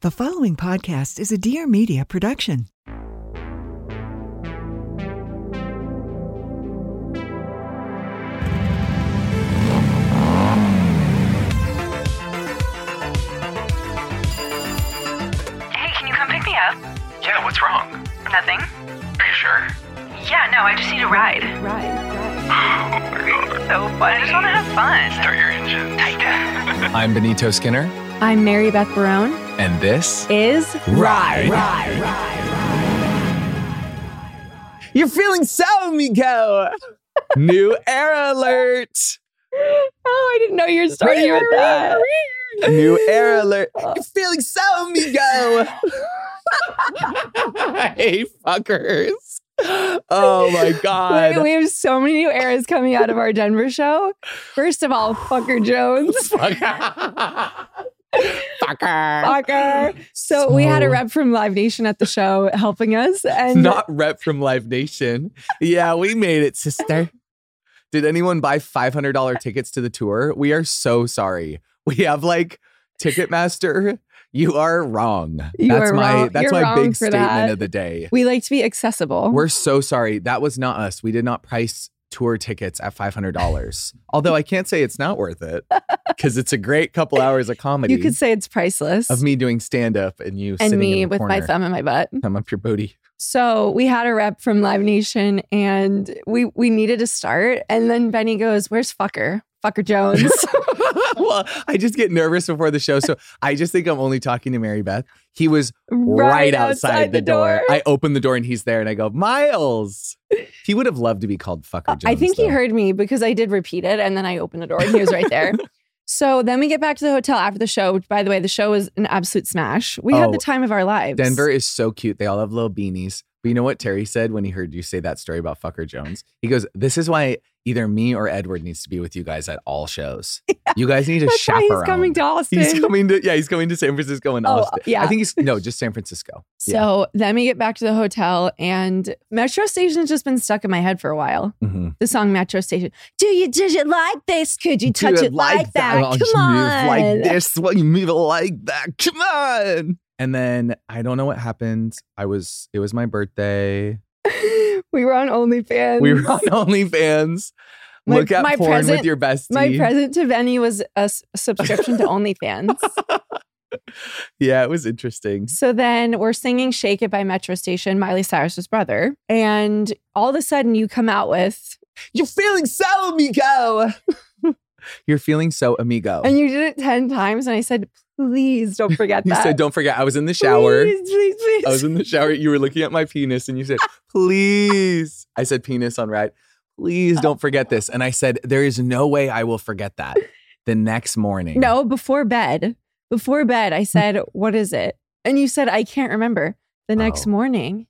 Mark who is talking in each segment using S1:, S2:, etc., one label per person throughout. S1: The following podcast is a Dear Media production.
S2: Hey, can you come pick me up?
S3: Yeah, what's wrong?
S2: Nothing.
S3: Are you sure?
S2: Yeah, no, I just need a ride.
S3: Oh my god.
S2: So fun. I just want to have fun.
S3: Start your engine.
S4: I'm Benito Skinner,
S5: I'm Mary Beth Barone.
S4: and this
S5: Is
S4: Ride.
S6: You're feeling so, Miko. New era alert.
S5: oh, I didn't know you were starting with that.
S6: New era alert. You're feeling so, Miko. hey, fuckers. Oh my god.
S5: Wait, we have so many new eras coming out of our Denver show. First of all, fucker Jones,
S6: Fucker.
S5: fucker. So we had a rep from Live Nation at the show helping us, and
S6: Not rep from Live Nation. Yeah, we made it, sister. Did anyone buy $500 tickets to the tour? We are so sorry. We have like Ticketmaster. You are wrong.
S5: You
S6: that's
S5: are
S6: my
S5: wrong.
S6: that's
S5: You're
S6: my
S5: wrong
S6: big
S5: for
S6: statement
S5: that. Oh.
S6: of the day.
S5: we like to be accessible.
S6: We're so sorry. That was not us. We did not price tour tickets at $500. Although I can't say it's not worth it because it's a great couple hours of comedy
S5: you could say it's priceless.
S6: of me doing stand up and you
S5: and
S6: sitting in
S5: me
S6: the
S5: with my
S6: corner.
S5: thumb in my butt.
S6: Thumb up your booty.
S5: So we had a rep from Live Nation, and we we needed to start. And then Benny goes, "Where's fucker? Fucker Jones."
S6: well, I just get nervous before the show. So I just think I'm only talking to Mary Beth. He was right, outside, the, door. I opened the door and he's there and I go, Miles. He would have loved to be called Fucker Jones.
S5: I think he
S6: though.
S5: heard me because I did repeat it and then I opened the door and he was right there. So then we get back to the hotel after the show. which, By the way, the show was an absolute smash. We had
S6: Oh,
S5: the time of our lives.
S6: Denver is so cute. They all have little beanies. But you know what Terry said when he heard you say that story about Fucker Jones? He goes, This is why either me or Edward needs to be with you guys at all shows. You guys need a
S5: That's why
S6: chaperone.
S5: he's coming to Austin.
S6: He's coming to yeah, he's coming to San Francisco and
S5: Oh,
S6: Austin.
S5: yeah.
S6: I think he's no, just San Francisco. Yeah.
S5: so then we get back to the hotel and Metro Station's just been stuck in my head for a while.
S6: Mhm.
S5: The song Metro Station. Do you did it like this? Could you touch
S6: Do
S5: it, like, that?
S6: I'll
S5: Come
S6: just
S5: on.
S6: Move Oh, like this. Why you move it like that? Come on. And then I don't know what happened. I was it was my birthday.
S5: we were on OnlyFans.
S6: We were on OnlyFans.
S5: My-
S6: Look at
S5: my
S6: porn
S5: present-
S6: with your bestie.
S5: my present to Benny was a s- subscription to OnlyFans.
S6: yeah, it was interesting.
S5: So then we're singing Shake It by Metro Station, Miley Cyrus's brother. And all of a sudden you come out with,
S6: You're feeling so amigo. You're feeling so amigo.
S5: and you did it 10 times. And I said, please don't forget
S6: you
S5: that.
S6: said, "Don't forget, I was in the shower.
S5: Please, please, please.
S6: I was in the shower. You were looking at my penis, and you said, "Please." I said, "Penis on ride." Please don't forget this. And I said, "There is no way I will forget that." The next morning,
S5: no, before bed, before bed,
S6: Hmm.
S5: I said, what is it? And you said, I can't remember. The next
S6: Oh.
S5: morning,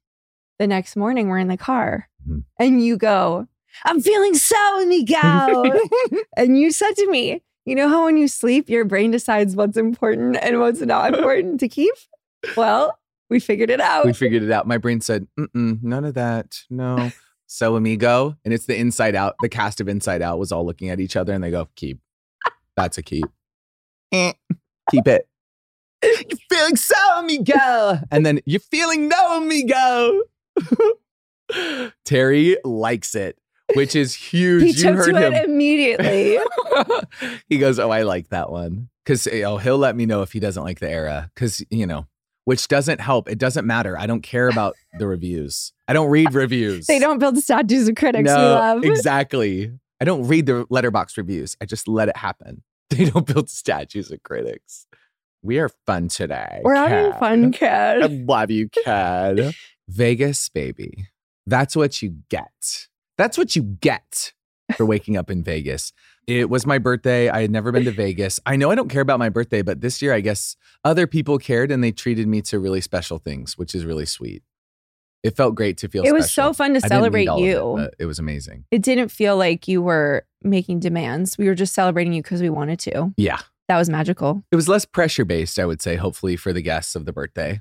S5: the next morning, we're in the car
S6: Mhm.
S5: and you go, I'm feeling so amigo. and you said to me, you know how when you sleep, your brain decides what's important and what's not important to keep? Well, we figured it out.
S6: we figured it out. My brain said, Mm-mm, "None of that. No." So amigo, and it's the Inside Out. The cast of Inside Out was all looking at each other, and they go, "Keep. That's a keep. Eh, keep it." You're feeling so amigo, and then you're feeling no amigo. Terry likes it, which is huge.
S5: he
S6: you
S5: took
S6: heard
S5: to
S6: him.
S5: it immediately.
S6: eh, he goes, Oh, I like that one. Cause oh, he'll let me know if he doesn't like the era. Cause, you know, which doesn't help. It doesn't matter. I don't care about the reviews. I don't read reviews.
S5: They don't build statues of critics
S6: no,
S5: we love.
S6: Exactly. I don't read the letterbox reviews. I just let it happen. They don't build statues of critics. We are fun today.
S5: We're having
S6: Kat.
S5: fun,
S6: I
S5: kid.
S6: love you, Cad. Vegas, baby. That's what you get. That's what you get for waking up in Vegas. It was my birthday. I had never been to Vegas. I know I don't care about my birthday, but this year, I guess other people cared and they treated me to really special things, which is really sweet. It felt great to feel
S5: It was
S6: special.
S5: so fun to
S6: I didn't need
S5: celebrate
S6: all of it,
S5: you.
S6: but it was amazing.
S5: it didn't feel like you were making demands. We were just celebrating you because we wanted to.
S6: Yeah.
S5: That was magical.
S6: It was less pressure based, I would say, hopefully, for the guests of the birthday.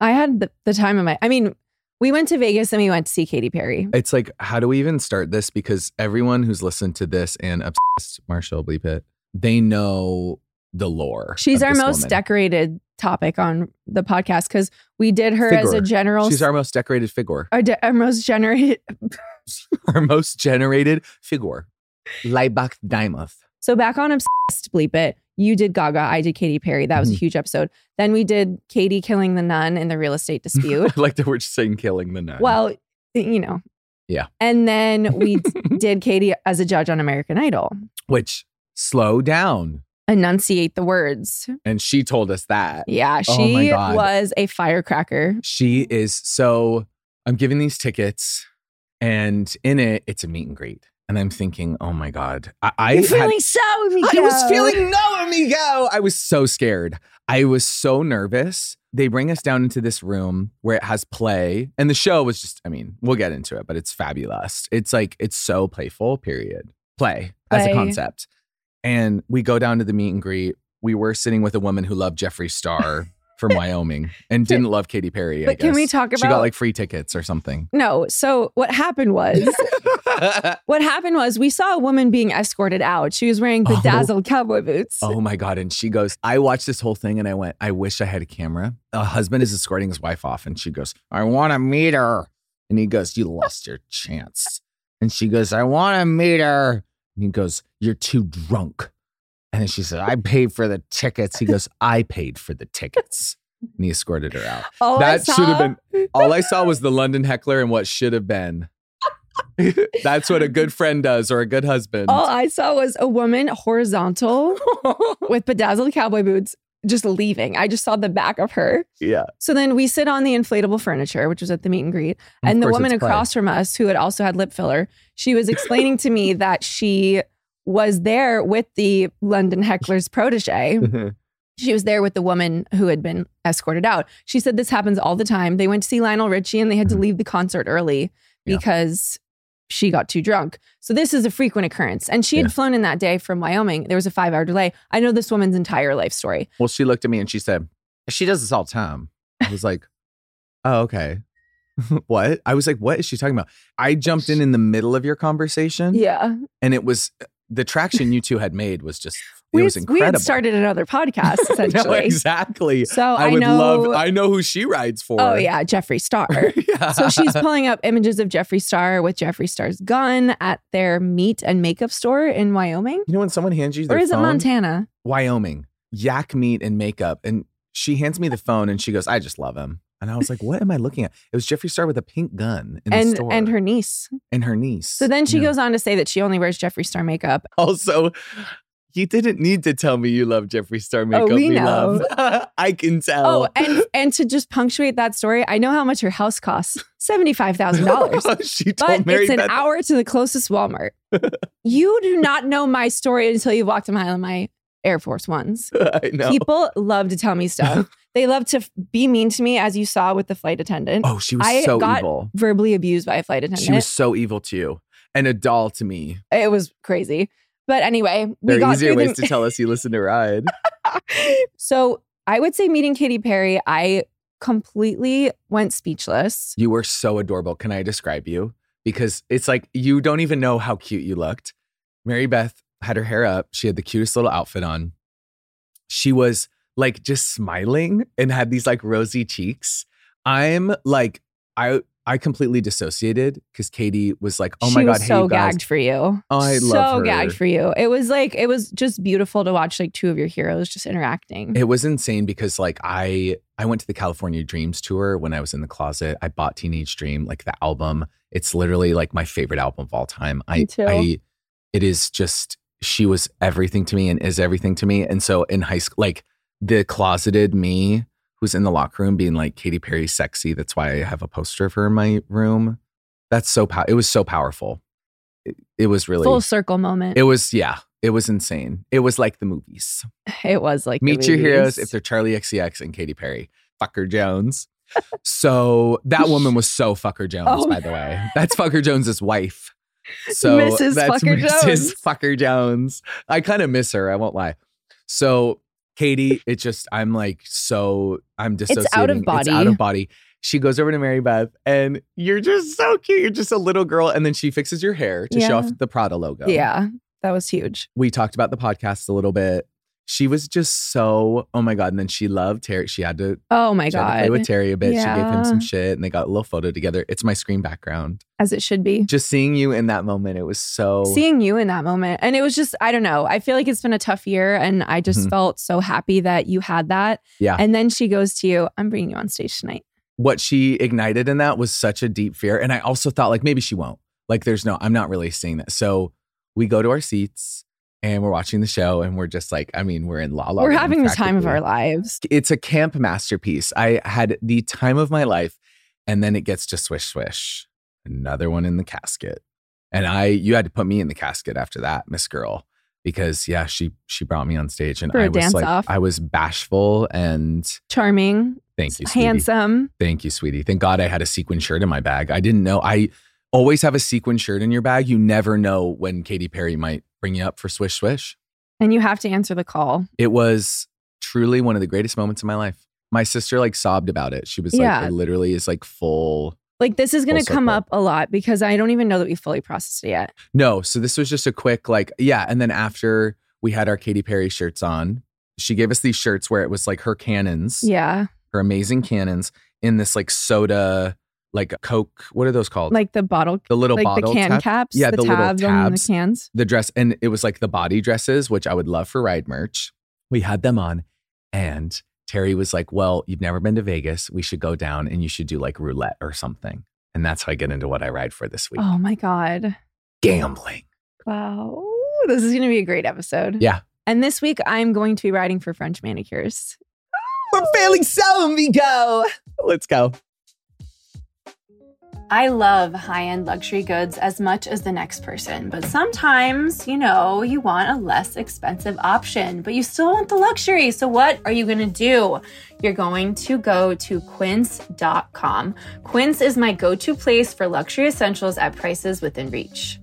S5: I had the, the time of my. I mean, we went to Vegas and we went to see Katy Perry.
S6: It's like, how do we even start this? Because everyone who's listened to this and obsessed, Marshall bleep it, they know the lore.
S5: She's
S6: of
S5: our
S6: this
S5: most
S6: woman.
S5: decorated topic on the podcast because we did her as a
S6: Figure.
S5: general.
S6: She's our most decorated figure.
S5: our, de- our most generated.
S6: our most generated figure. Leibach Dimuth.
S5: So back on obsessed, bleep it. You did Gaga. I did Katy Perry. That was a
S6: Mhm.
S5: huge episode. Then we did Katie killing the nun in the real estate dispute.
S6: I like that we're just saying killing the nun.
S5: well, you know.
S6: Yeah.
S5: And then we did Katie as a judge on American Idol.
S6: which slow down.
S5: enunciate the words.
S6: And she told us that.
S5: Yeah,
S6: Oh my
S5: she
S6: God.
S5: was a firecracker.
S6: She is so. I'm giving these tickets, and in it, it's a meet and greet. And I'm thinking, oh my God. I, I
S5: You're
S6: had-
S5: feeling so amigo.
S6: I was feeling no amigo. I was so scared. I was so nervous. They bring us down into this room where it has play, and the show was just, I mean, we'll get into it, but it's fabulous. It's like, it's so playful, period. Play, as a
S5: Play.
S6: concept. And we go down to the meet and greet. We were sitting with a woman who loved Jeffree Star from Wyoming and didn't love Katy Perry. I
S5: But can
S6: guess.
S5: we talk
S6: She got
S5: about-
S6: like free tickets or something.
S5: No, so what happened was what happened was we saw a woman being escorted out. She was wearing
S6: Oh.
S5: bedazzled cowboy boots.
S6: Oh my God. And she goes, I watched this whole thing and I went, I wish I had a camera. A husband is escorting his wife off and she goes, I want to meet her. And he goes, You lost your chance. And she goes, I want to meet her. And he goes, You're too drunk. And then she said, I paid for the tickets. He goes, I paid for the tickets. And he escorted her out.
S5: All I
S6: that should have
S5: saw-
S6: been all I saw was the London heckler and what should have been. That's what a good friend does or a good husband.
S5: All I saw was a woman horizontal with bedazzled cowboy boots just leaving. I just saw the back of her.
S6: yeah.
S5: So then we sit on the inflatable furniture, which was at the meet and greet.
S6: Of
S5: And the
S6: course
S5: woman
S6: it's play.
S5: across from us, who had also had lip filler, she was explaining to me that she was there with the London heckler's protege.
S6: Mm-hmm.
S5: She was there with the woman who had been escorted out. She said this happens all the time. They went to see Lionel Richie and they had to
S6: Mhm.
S5: leave the concert early
S6: Yeah.
S5: because she got too drunk. So this is a frequent occurrence. And she had
S6: Yeah.
S5: flown in that day from Wyoming. There was a five hour delay. I know this woman's entire life story.
S6: Well, she looked at me and she said, She does this all the time. I was like, Oh, okay. what? I was like, What is she talking about? I jumped in in the middle of your conversation.
S5: Yeah.
S6: And it was uh, the traction you two had made was just, it
S5: we,
S6: was
S5: had-
S6: incredible.
S5: we had started another podcast
S6: No,
S5: essentially.
S6: exactly.
S5: So
S6: I,
S5: I,
S6: would
S5: know.
S6: love, I know who she rides for.
S5: oh yeah, Jeffree Star.
S6: yeah.
S5: so she's pulling up images of Jeffree Star with Jeffree Star's gun at their meat and makeup store in Wyoming,
S6: You know when someone hands you their
S5: or is
S6: phone?
S5: it Montana?
S6: Wyoming, yak meat and makeup. And she hands me the phone and she goes, I just love him. And I was like, what am I looking at? It was Jeffree Star with a pink gun in the
S5: And
S6: store.
S5: and her niece.
S6: and her niece.
S5: So then she
S6: Yeah.
S5: goes on to say that she only wears Jeffree Star makeup.
S6: Also, you didn't need to tell me you love Jeffree Star makeup.
S5: Oh, we
S6: me
S5: know.
S6: love. I can
S5: Oh,
S6: tell.
S5: and and to just punctuate that story, I know how much her house costs seventy five thousand dollars.
S6: she told
S5: But
S6: Mary
S5: it's an
S6: Beth.
S5: hour to the closest Walmart. you do not know my story until you've walked a mile in my Air Force Ones.
S6: I know.
S5: People love to tell me stuff. they love to f- be mean to me, as you saw with the flight attendant.
S6: oh, she was
S5: I
S6: so
S5: got
S6: evil.
S5: Verbally abused by a flight attendant.
S6: She was so evil to you and a doll to me.
S5: it was crazy. But anyway, we
S6: There are
S5: got
S6: easier
S5: through
S6: ways
S5: the-
S6: to tell us you listen to Ride.
S5: so I would say meeting Katy Perry, I completely went speechless.
S6: You were so adorable. Can I describe you? Because it's like you don't even know how cute you looked. Mary Beth had her hair up. She had the cutest little outfit on. She was like just smiling and had these like rosy cheeks. I'm like, I I completely dissociated because Katie was like, "Oh my
S5: she
S6: god,
S5: was
S6: hey
S5: so
S6: you guys,
S5: gagged for you.
S6: Oh, I
S5: so
S6: love her.
S5: gagged for you. It was like it was just beautiful to watch like two of your heroes just interacting.
S6: It was insane because like I I went to the California Dreams tour when I was in the closet. I bought Teenage Dream like the album. It's literally like my favorite album of all time. I
S5: Me too.
S6: I it is just she was everything to me and is everything to me. And so in high school like the closeted me who's in the locker room being like Katy Perry sexy. That's why I have a poster of her in my room. That's so pow- it was so powerful. It, it was really
S5: Full circle moment.
S6: it
S5: It,
S6: was yeah, it was insane. It was like the movies.
S5: was like the
S6: Meet your
S5: movies.
S6: heroes if they're Charlie XCX and Katy Perry. Fucker Jones. so that woman was so Fucker Jones,
S5: Oh.
S6: by the way. That's Fucker Jones's wife. So
S5: Mrs.
S6: that's
S5: Fucker
S6: Mrs.
S5: Jones.
S6: Fucker Jones. I kind of miss her. I won't lie. So Katie, it just I'm like so I'm dissociating.
S5: out of
S6: It's
S5: body.
S6: out of body. She goes over to Mary Beth, and you're just so cute. You're just a little girl, and then she fixes your hair to
S5: Yeah.
S6: show off the Prada logo
S5: yeah, that was huge.
S6: we talked about the podcast a little bit. She was just so oh my god, and then she loved Terry. She had to,
S5: Oh my
S6: she had to play
S5: god,
S6: with Terry a bit. She gave him some
S5: Yeah.
S6: shit, and they got a little photo together. It's my screen background.
S5: as it should be.
S6: Just seeing you in that moment, it was so
S5: Seeing you in that moment, and it was just I don't know. I feel like it's been a tough year, and I just
S6: Mhm.
S5: felt so happy that you had that.
S6: yeah.
S5: And then she goes to you, "I'm bringing you on stage tonight."
S6: what she ignited in that was such a deep fear, and I also thought like maybe she won't. Like there's no, I'm not really seeing that. So we go to our seats and we're watching the show, and we're just like, I mean, we're in la la.
S5: We're
S6: Land
S5: having the time of
S6: practically.
S5: our lives.
S6: It's a camp masterpiece. I had the time of my life, and then it gets to swish swish. Another one in the casket, and I you had to put me in the casket after that, Miss Girl, because yeah, she she brought me on stage, and
S5: For a
S6: I was like
S5: dance-off.
S6: I was bashful and
S5: Charming,
S6: thank you, sweetie.
S5: handsome.
S6: Thank you, sweetie. Thank God I had a sequin shirt in my bag. I didn't know I always have a sequin shirt in your bag. You never know when Katy Perry might bring you up for swish swish.
S5: And you have to answer the call.
S6: it was truly one of the greatest moments of my life. My sister like sobbed about it. She was
S5: Yeah.
S6: like, it literally is like full.
S5: Like this is going to
S6: Full
S5: come
S6: circle.
S5: up a lot because I don't even know that we fully processed it yet.
S6: No, so this was just a quick like, yeah. And then after we had our Katy Perry shirts on, she gave us these shirts where it was like her cannons,
S5: Yeah,
S6: her amazing cannons in this like soda, like Coke. What are those called?
S5: like the bottle,
S6: the little
S5: like
S6: bottle
S5: the can
S6: cap-
S5: caps,
S6: Yeah,
S5: the,
S6: the little
S5: tabs, on the
S6: tabs.
S5: cans.
S6: the dress and it was like the body dresses which i would love for ride merch we had them on and terry was like well you've never been to vegas we should go down and you should do like roulette or something and that's how i get into what i ride for this week
S5: Oh my god!
S6: gambling
S5: Wow, this is going to be a great episode.
S6: Yeah.
S5: And this week I'm going to be riding for French manicures.
S6: we're failing so we go let's go
S5: I love high end luxury goods as much as the next person, but sometimes, you know, you want a less expensive option, but you still want the luxury. So, what are you going to do? You're going to go to quince.com. Quince is my go to place for luxury essentials at prices within reach.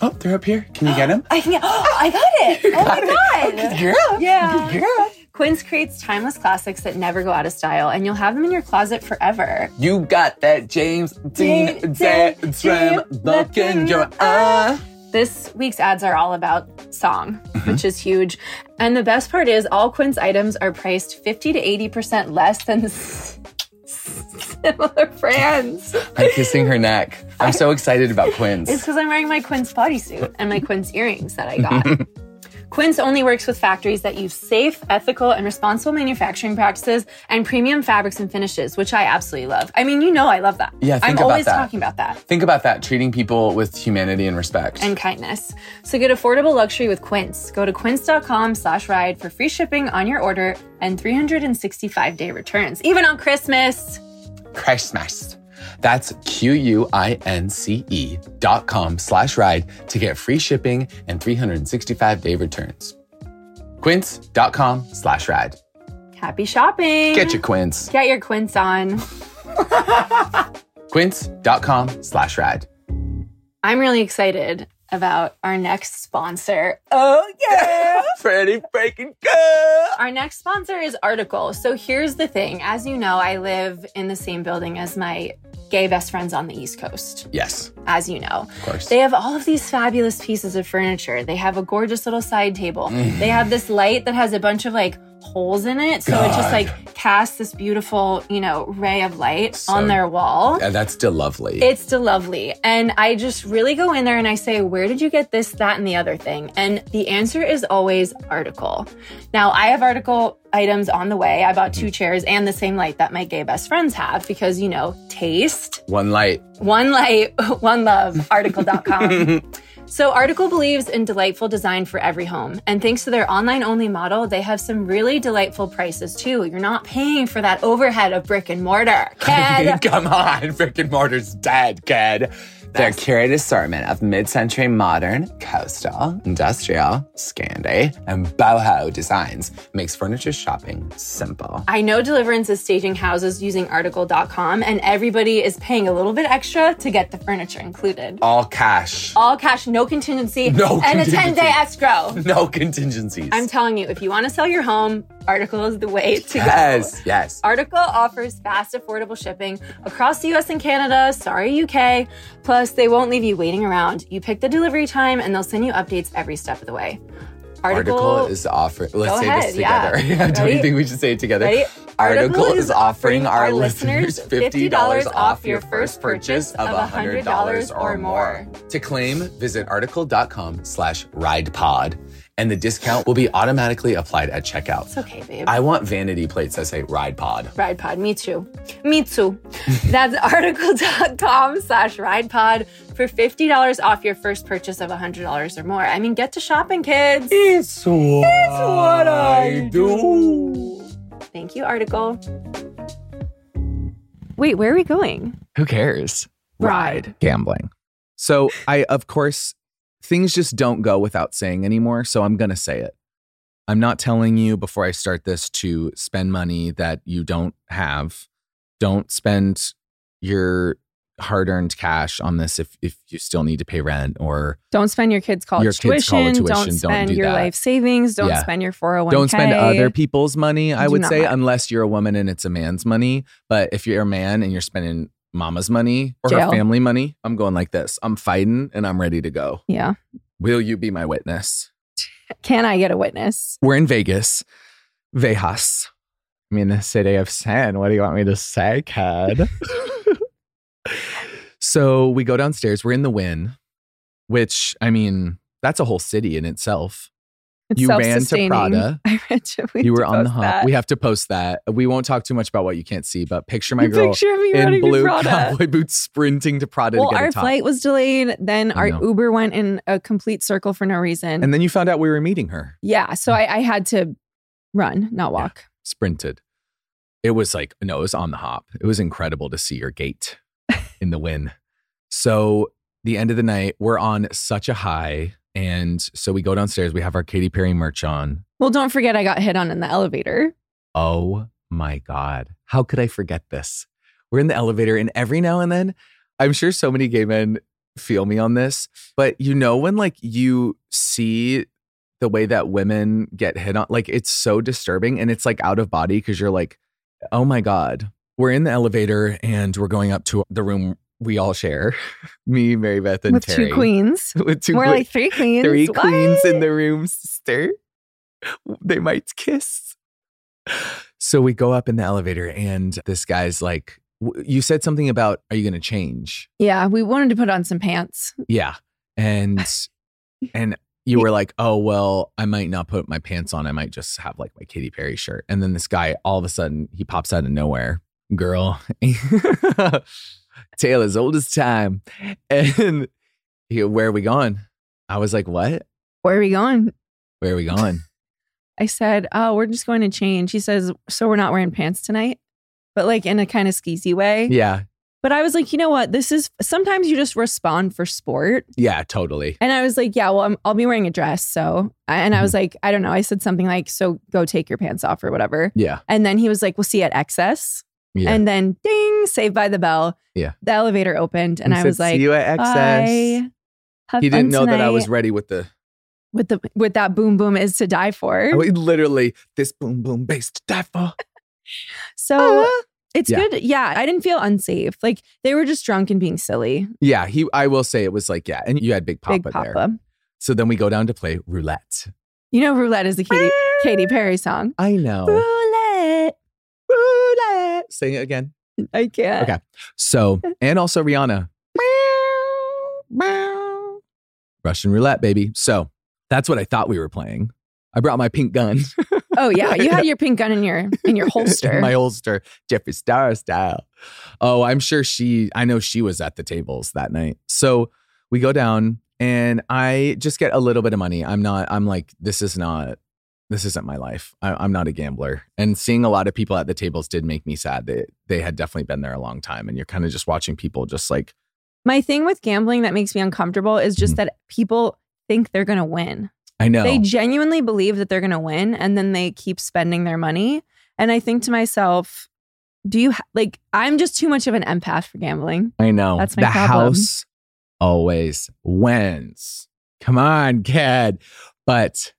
S7: Oh, they're up here. Can you get them?
S5: I can get, oh, I got it. Oh my God. Yeah. Quince creates timeless classics that never go out of style, and you'll have them in your closet forever.
S7: You got that James
S5: Dean Dean Dean look in your eye. This week's ads are all about song,
S7: Mm-hmm.
S5: which is huge. And the best part is, all Quince items are priced 50 to 80% less than s- similar brands.
S7: I'm kissing her neck. I'm so excited about
S5: It's
S7: Quinn's.
S5: because I'm wearing my Quince bodysuit and my Quince earrings that I got. Quince only works with factories that use safe, ethical, and responsible manufacturing practices and premium fabrics and finishes, which I absolutely love. I mean, you know, I love that.
S7: Yeah, think
S5: I'm
S7: about
S5: always
S7: that.
S5: talking about that
S7: Think about that, treating people with humanity and respect.
S5: and kindness. So get affordable luxury with Quince. Go to quince.com slash ride for free shipping on your order and 365 day returns, even on Christmas.
S7: Christmas. That's Q-U-I-N-C-E E dot com slash ride to get free shipping and 365 day returns. Quince dot com slash ride.
S5: Happy shopping.
S7: Get your Quince.
S5: Get your Quince on.
S7: Quince dot com slash ride.
S5: I'm really excited about our next sponsor. Oh, yeah.
S7: Pretty freaking good.
S5: Our next sponsor is Article. So here's the thing. As you know, I live in the same building as my gay best friends on the East Coast,
S7: Yes, of
S5: as you know.
S7: course.
S5: They have all of these
S4: Mm.
S5: fabulous pieces of furniture. They have a gorgeous little side table. They have this light that has a bunch of like
S8: holes in it. So it just
S4: God.
S8: like casts this beautiful, you know, ray of light
S4: So-
S8: on their wall.
S4: And that's still lovely.
S8: It's still lovely. And I just really go in there and I say, where did you get this, that, and the other thing? And the answer is always article. Now, I have article items on the way. I bought two chairs and the same light that my gay best friends have because, you know, taste,
S4: One light.
S8: one light, one love, article.com. So, Article believes in delightful design for every home. And thanks to their online only model, they have some really delightful prices too. You're not paying for that overhead of brick and mortar. Ked.
S4: Come on, freaking mortar's dead, kid. Their curated assortment of mid-century modern, coastal, industrial, Scandi, and boho designs makes furniture shopping simple.
S8: I know Deliverance is staging houses using article.com, and everybody is paying a little bit extra to get the furniture included.
S4: All cash,
S8: All cash, no contingency,
S4: No
S8: and
S4: contingency.
S8: a 10 day escrow.
S4: no contingencies.
S8: I'm telling you, if you want to sell your home, Article is the way to go.
S4: yes, yes.
S8: Article offers fast, affordable shipping across the US and Canada, sorry, UK. Plus, they won't leave you waiting around. You pick the delivery time, and they'll send you updates every step of the way.
S4: Article, is offering. Let's
S8: Go
S4: say this
S8: ahead, yeah.
S4: together. Yeah. Do
S8: Ready?
S4: you think we should say it together?
S8: Ready?
S4: Article is offering our listeners $50 off your first purchase of $100 or more. To claim, visit article.com slash ridepod, and the discount will be automatically applied at checkout.
S8: It's okay, babe.
S4: I want vanity plates that say ridepod.
S8: Ride Pod. Me too. Me too. That's article.com slash ride pod for $50 off your first purchase of $100 or more. I mean, get to shopping, kids.
S4: It's what, I do.
S8: Thank you, Article. Wait, where are we going?
S6: Who cares?
S8: Ride.
S6: Gambling. So I, of course, things just don't go without saying anymore. So I'm going to say it. I'm not telling you before I start this to spend money that you don't have. Don't spend your hard earned cash on this if, if you still need to pay rent or
S5: Don't spend your kids' college,
S6: Your kids' college tuition,
S5: Don't
S6: don't
S5: spend
S6: do
S5: your
S6: that.
S5: life savings. Don't
S6: Yeah.
S5: spend your 401k.
S6: don't spend other people's money, I
S5: Do
S6: would
S5: not
S6: say,
S5: like-
S6: unless you're a woman and it's a man's money. But if you're a man and you're spending mama's money or
S5: Jail.
S6: her family money, I'm going like this. I'm fighting and I'm ready to go.
S5: Yeah.
S6: Will you be my witness?
S5: Can I get a witness?
S6: We're in Vegas. Vejas. I mean, the city of sin. What do you want me to say, Cad? so we go downstairs. We're in the Win, which, I mean, that's a whole city in itself.
S5: It's
S6: You ran to
S5: self-sustaining.
S6: Prada.
S5: I ran to. we
S6: you
S5: have
S6: were
S5: to
S6: on the
S5: post
S6: hop.
S5: that.
S6: We have to post that. We won't talk too much about what you can't see, but picture my
S5: You
S6: girl
S5: Picture me
S6: in
S5: running to
S6: blue
S5: Prada.
S6: cowboy boots sprinting to Prada
S5: well,
S6: to get
S5: our
S6: a top.
S5: flight was delayed. Then
S6: I
S5: our
S6: know.
S5: Uber went in a complete circle for no reason.
S6: and then you found out we were meeting her.
S5: yeah, so I, I had to run, not walk.
S6: sprinted. It was like, no, it was on the hop. It was incredible to see your gait in the win. So, the end of the night, we're on such a high. And so we go downstairs, we have our Katy Perry merch on.
S5: Well, don't forget I got hit on in the elevator.
S6: Oh my God. How could I forget this? We're in the elevator, and every now and then, I'm sure so many gay men feel me on this, but you know, when like you see the way that women get hit on, like it's so disturbing and it's like out of body because you're like, oh my God. We're in the elevator and we're going up to the room we all share me, Mary Beth, and
S5: with
S6: Terry.
S5: two queens.
S6: With two
S5: More
S6: queens.
S5: like three queens.
S6: Three queens in
S5: What?
S6: the room, sister. They might kiss. So we go up in the elevator, and this guy's like, w- You said something about, are you going to change?
S5: Yeah, we wanted to put on some pants.
S6: Yeah. And, and, you were like, oh, well, I might not put my pants on. I might just have like my Katy Perry shirt. And then this guy, all of a sudden, he pops out of nowhere. Girl, tale as old as time. And he, where are we going? I was like, what?
S5: Where are we going?
S6: Where are we going?
S5: I said, Oh, we're just going to change. He says, So we're not wearing pants tonight? But like in a kind of skeezy way.
S6: yeah.
S5: But I was like, you know what? This is sometimes you just respond for sport.
S6: Yeah, totally.
S5: And I was like, yeah, well, I'm, I'll be wearing a dress. So, I- and I
S6: Mm-hmm.
S5: was like, I don't know. I said something like, so go take your pants off or whatever.
S6: Yeah.
S5: And then he was like, we'll see you at excess.
S6: Yeah.
S5: And then ding, saved by the bell.
S6: Yeah.
S5: The elevator opened and
S6: He
S5: I
S6: said,
S5: was like,
S6: "See you at excess."
S5: "Bye. Have
S6: He didn't
S5: fun
S6: know that I
S5: tonight."
S6: was ready with the.
S5: with the with that boom boom is to die for.
S6: I mean, literally this boom boom bass to die for. Oh,
S5: So it's
S6: Yeah.
S5: good. Yeah, I didn't feel unsafe. Like they were just drunk and being silly.
S6: Yeah, he. I will say it was like yeah, and you had Big Papa
S5: Big
S6: there.
S5: Papa.
S6: So then we go down to play roulette.
S5: You know, roulette is a Katy.
S6: Ah.
S5: Katy Perry song.
S6: I know.
S9: Roulette.
S6: Roulette. Sing it again.
S9: I can't.
S6: Okay. So, and also Rihanna. Russian roulette, baby. So that's what I thought we were playing. I brought my pink gun.
S5: Oh yeah, you had your pink gun in your in your holster.
S6: In my holster, Jeffree Star style. Oh, I'm sure she, I know she was at the tables that night. So we go down and I just get a little bit of money. I'm not, I'm like, this is not, this isn't my life. I, I'm not a gambler. And seeing a lot of people at the tables did make me sad. They, they had definitely been there a long time. And you're kind of just watching people just like,
S5: My thing with gambling that makes me uncomfortable is
S6: Mm.
S5: just that people think they're gonna win.
S6: I know.
S5: They genuinely believe that they're gonna win, and then they keep spending their money. And I think to myself, do you ha- like? I'm just too much of an empath for gambling.
S6: I know.
S5: That's my
S6: the
S5: problem.
S6: house always wins. Come on, kid. But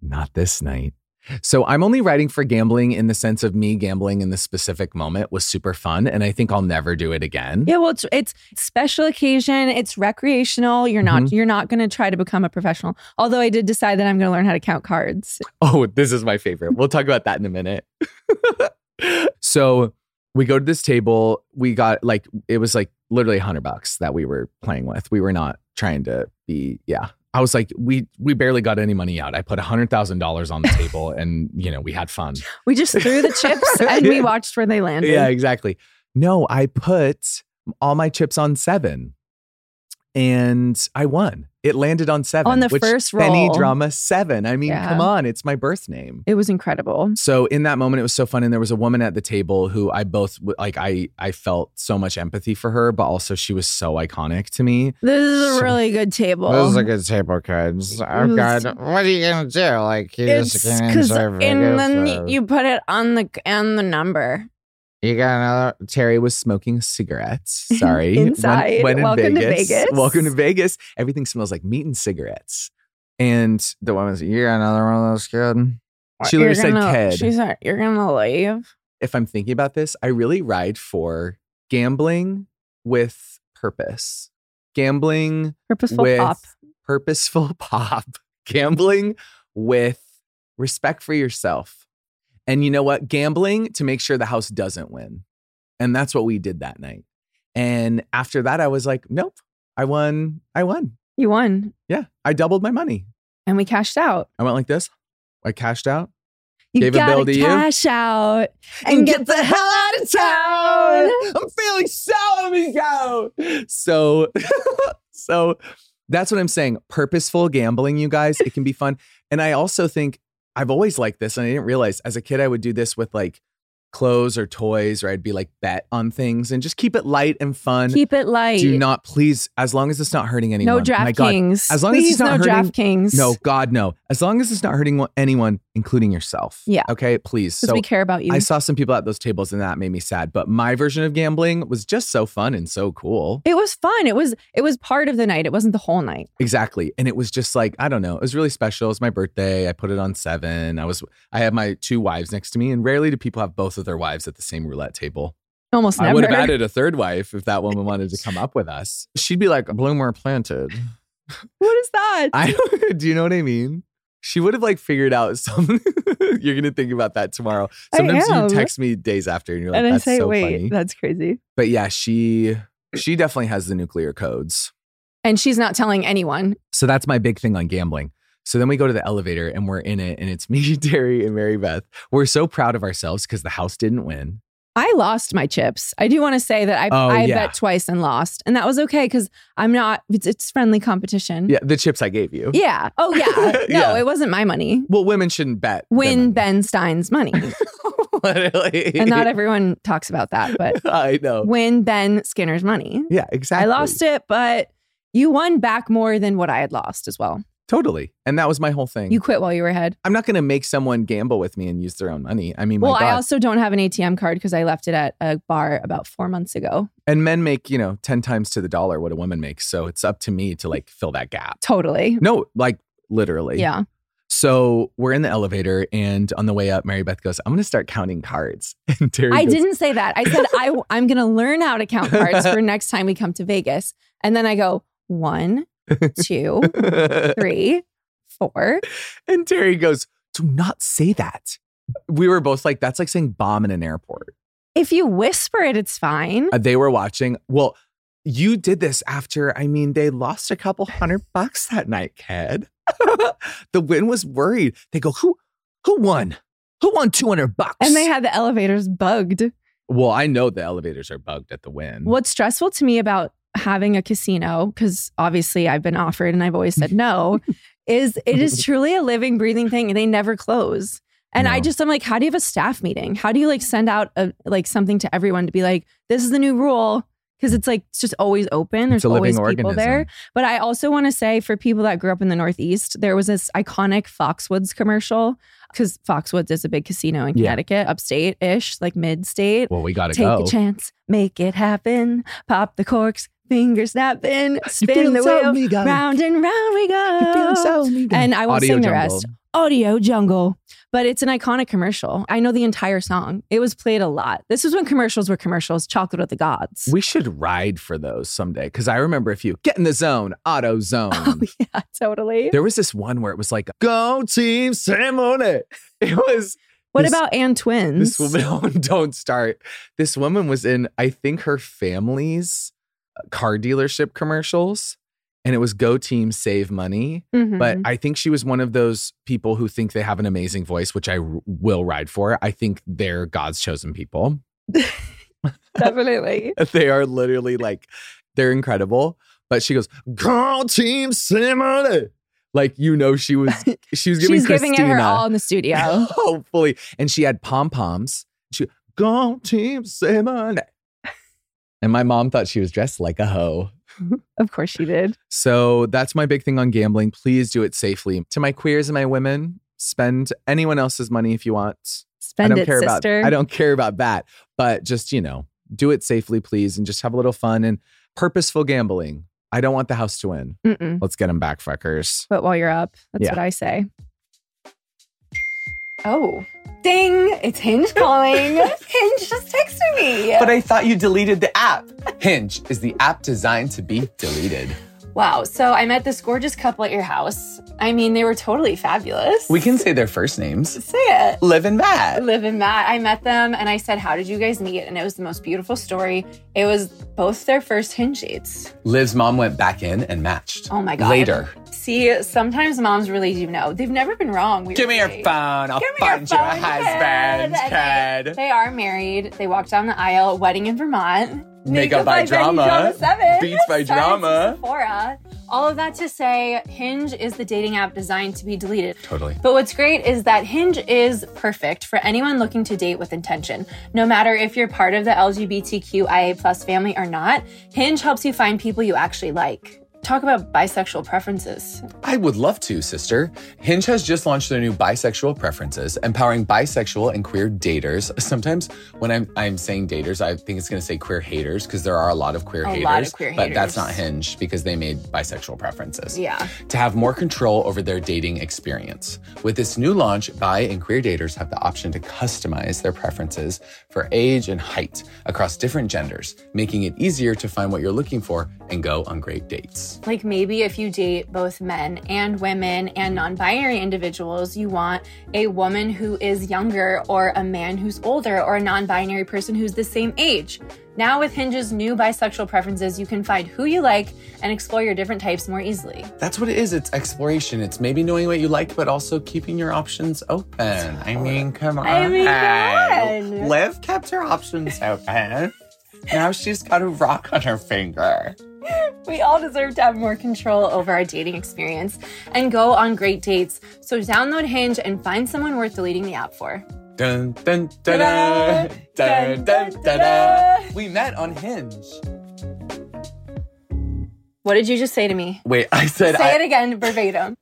S6: not this night. So I'm only writing for gambling in the sense of me gambling in this specific moment was super fun. And I think I'll never do it again.
S5: Yeah, well, it's it's special occasion. It's recreational. You're not
S6: Mhm.
S5: you're not going to try to become a professional. Although I did decide that I'm going to learn how to count cards.
S6: Oh, this is my favorite. We'll talk about that in a minute. so we go to this table. We got like, it was like literally 100 bucks that we were playing with. We were not trying to be, yeah. I was like, we we barely got any money out. I put $100,000 on the table and, you know, we had fun.
S5: We just threw the chips and we watched where they landed.
S6: Yeah, exactly. No, I put all my chips on seven and I won. It landed on seven.
S5: On the
S6: which
S5: first
S6: Benny
S5: roll.
S6: Drama seven. I mean,
S5: Yeah.
S6: come on. It's my birth name.
S5: It was incredible.
S6: So in that moment, it was so fun, and there was a woman at the table who I both like. I I felt so much empathy for her, but also she was so iconic to me.
S5: This is
S6: So-
S5: a really good table.
S6: good table, kids.
S5: I've got-
S6: What are you gonna do? Like you
S5: it's because and then you put it on the and the number
S6: You got another. Terry was smoking cigarettes. Sorry. When-
S5: Inside.
S6: when in
S5: Welcome to Vegas.
S6: Welcome to Vegas. Everything smells like meat and cigarettes. And the woman was, you got another one of those, kid. She
S5: You're
S6: literally said,
S5: gonna-
S6: kid.
S5: She said, "You're gonna leave."
S6: if I'm thinking about this, I really ride for gambling with purpose, gambling
S5: Purposeful
S6: with
S5: pop.
S6: purposeful pop, gambling with respect for yourself. And you know what? Gambling to make sure the house doesn't win. And that's what we did that night. And after that, I was like, nope, I won. I won.
S5: You won,
S6: Yeah, I doubled my money.
S5: and we cashed out.
S6: I went like this. I cashed out.
S5: You
S6: Gave a
S5: gotta
S6: bill to you?
S5: cash out and, get, the hell out of town.
S6: I'm feeling so amigo. So, so that's what I'm saying. Purposeful gambling, you guys. It can be fun. And I also think I've always liked this, and I didn't realize as a kid I would do this with like clothes or toys, or I'd be like bet on things and just keep it light and fun.
S5: Keep it light.
S6: do not please, as long as it's not hurting anyone.
S5: No
S6: My God.
S5: DraftKings.
S6: As long as
S5: Please,
S6: he's not
S5: no
S6: hurting-
S5: DraftKings.
S6: No, God, no. As long as it's not hurting anyone, including yourself.
S5: Yeah.
S6: Okay, please.
S5: because
S6: So
S5: we care about you.
S6: I saw some people at those tables and that made me sad. But my version of gambling was just so fun and so cool.
S5: it was fun. It was it was part of the night. It wasn't the whole night.
S6: Exactly. And it was just like, I don't know, it was really special. It was my birthday. I put it on seven. I was I had my two wives next to me, and rarely do people have both of their wives at the same roulette table.
S5: Almost never.
S6: I would have added a third wife if that woman wanted to come up with us. She'd be like, bloomer planted.
S5: What is that?
S6: I do you know what I mean? She would have like figured out some you're gonna think about that tomorrow.
S5: I
S6: Sometimes you
S5: am.
S6: text me days after and you're like,
S5: and I
S6: that's
S5: say,
S6: so
S5: wait,
S6: funny.
S5: that's crazy.
S6: but yeah, she she definitely has the nuclear codes.
S5: And she's not telling anyone.
S6: So that's my big thing on gambling. So then we go to the elevator and we're in it, and it's me, Terry, and Mary Beth. We're so proud of ourselves because the house didn't win.
S5: I lost my chips. I do want to say that I
S6: Oh,
S5: I
S6: yeah.
S5: bet twice and lost, and that was okay because I'm not. It's, it's friendly competition.
S6: Yeah, the chips I gave you.
S5: Mm-hmm. Yeah. Oh yeah. No,
S6: Yeah.
S5: it wasn't my money.
S6: Well, women shouldn't bet. their
S5: Win
S6: money.
S5: Ben Stein's money,
S6: Literally.
S5: and not everyone talks about that, but
S6: I know.
S5: win Ben Skinner's money.
S6: Yeah, exactly.
S5: I lost it, but you won back more than what I had lost as well.
S6: Totally. And that was my whole thing.
S5: You quit while you were ahead.
S6: I'm not going to make someone gamble with me and use their own money. I mean, my
S5: Well,
S6: God.
S5: I also don't have an ATM card because I left it at a bar about four months ago.
S6: and men make, you know, 10 times to the dollar what a woman makes. So it's up to me to like fill that gap.
S5: Totally.
S6: No, like literally.
S5: Yeah.
S6: So we're in the elevator, and on the way up, Mary Beth goes, "I'm going to start counting cards." And Terry,
S5: I
S6: goes,
S5: didn't say that. I said I I'm gonna learn how to count cards for next time we come to Vegas. And then I go one, two, three, four.
S6: and Terry goes, Do not say that. We were both like, that's like saying bomb in an airport.
S5: If you whisper it, it's fine.
S6: Uh, They were watching. Well, you did this after, I mean, they lost a couple hundred bucks that night, kid. the win was worried. They go, who who won? Who won 200 bucks?
S5: And they had the elevators bugged.
S6: Well, I know the elevators are bugged at the win.
S5: What's stressful to me about having a casino, because obviously I've been offered and I've always said no, is it is truly a living, breathing thing and they never close. And I
S6: No.
S5: just, I'm like, how do you have a staff meeting? How do you like send out a, like something to everyone to be like, this is the new rule? Because it's like, it's just always open. There's
S6: it's a living
S5: always
S6: organism.
S5: people there. But I also want to say for people that grew up in the Northeast, there was this iconic Foxwoods commercial because Foxwoods is a big casino in
S6: Yeah.
S5: Connecticut, upstate ish, like mid state.
S6: Well, we got to
S5: Take
S6: go.
S5: a chance, make it happen, pop the corks, finger snapping,
S6: You
S5: spin the
S6: feeling so,
S5: wheel,
S6: amigo?
S5: round and round we go.
S6: You feeling so, amigo?
S5: And I won't
S6: Audio
S5: sing the
S6: jungle.
S5: rest. Audio Jungle, but it's an iconic commercial. I know the entire song. It was played a lot. This is when commercials were commercials, Chocolate with the Gods.
S6: We should ride for those someday because I remember a few. Get in the zone, auto zone.
S5: oh, yeah, totally.
S6: There was this one where it was like, "Go team, Simone." It was
S5: What
S6: This-
S5: about Ann Twins?
S6: this woman. don't start. This woman was in, I think, her family's car dealership commercials, and it was "Go team, save money."
S5: Mhm.
S6: But I think she was one of those people who think they have an amazing voice, which I r- will ride for. I think they're God's chosen people.
S5: definitely.
S6: they are literally like they're incredible. But she goes, "Girl, team Simone." Like you know, she was she was giving
S5: She's giving it her
S6: Christina-
S5: all in the studio.
S6: hopefully, and she had pom poms. She go team Simone, and my mom thought she was dressed like a hoe.
S5: of course she did.
S6: So that's my big thing on gambling. Please do it safely. To my queers and my women, spend anyone else's money if you want. I
S5: Spend
S6: don't
S5: it,
S6: care
S5: sister.
S6: about I don't care about that. But just, you know, do it safely, please, and just have a little fun and purposeful gambling. I don't want the house to win.
S5: Mm-mm.
S6: Let's get them back, fuckers.
S5: But while you're up, that's
S6: Yeah.
S5: what I say.
S8: Oh, ding! It's Hinge calling. Hinge just texted me.
S4: But I thought you deleted the app. Hinge is the app designed to be deleted.
S8: Wow. So I met this gorgeous couple at your house. I mean, they were totally fabulous.
S4: We can say their first names.
S8: say it.
S4: Liv and Matt.
S8: Liv and Matt, I met them and I said, How did you guys meet? And it was the most beautiful story. It was both their first hinge dates.
S4: Liv's mom went back in and matched.
S8: Oh my God.
S4: Later.
S8: See, sometimes moms really do know. They've never been wrong. weirdly.
S4: Give me your phone. I'll
S8: Give me
S4: find
S8: your
S4: you a
S8: phone,
S4: husband,
S8: kid. And
S4: kid.
S8: They are married. They walked down the aisle, wedding in Vermont.
S4: Makeup by
S8: Benny
S4: Drama.
S8: Seven.
S4: Beats by
S8: Signs of
S4: Drama.
S8: Sephora. All of that to say, Hinge is the dating app designed to be deleted.
S4: Totally.
S8: But what's great is that Hinge is perfect for anyone looking to date with intention. No matter if you're part of the LGBTQIA plus family or not, Hinge helps you find people you actually like. Talk about bisexual preferences.
S4: I would love to, sister. Hinge has just launched their new bisexual preferences, empowering bisexual and queer daters. Sometimes when I'm I'm saying daters, I think it's going to say queer haters because there are a lot of queer
S8: A
S4: haters.
S8: lot of queer
S4: but that's
S8: haters.
S4: not Hinge because they made bisexual preferences.
S8: Yeah.
S4: To have more control over their dating experience. With this new launch, bi and queer daters have the option to customize their preferences for age and height across different genders, making it easier to find what you're looking for and go on great dates.
S8: Like maybe if you date both men and women and non binary individuals, you want a woman who is younger or a man who's older or a non binary person who's the same age. Now, with Hinge's new bisexual preferences, you can find who you like and explore your different types more easily.
S4: That's what it is. It's exploration. It's maybe knowing what you like, but also keeping your options open. I mean, come on.
S8: I mean, come on.
S4: Liv kept her options open. now she's got a rock on her finger.
S8: We all deserve to have more control over our dating experience and go on great dates. So, download Hinge and find someone worth deleting the app for.
S4: Dun dun dun dun
S8: Ta-da.
S4: dun dun
S8: Dun,
S4: dun.
S8: ta-da.
S4: dun. We met on Hinge.
S8: What did you just say to me?
S4: Wait, I said
S8: Say
S4: I,
S8: it again verbatim.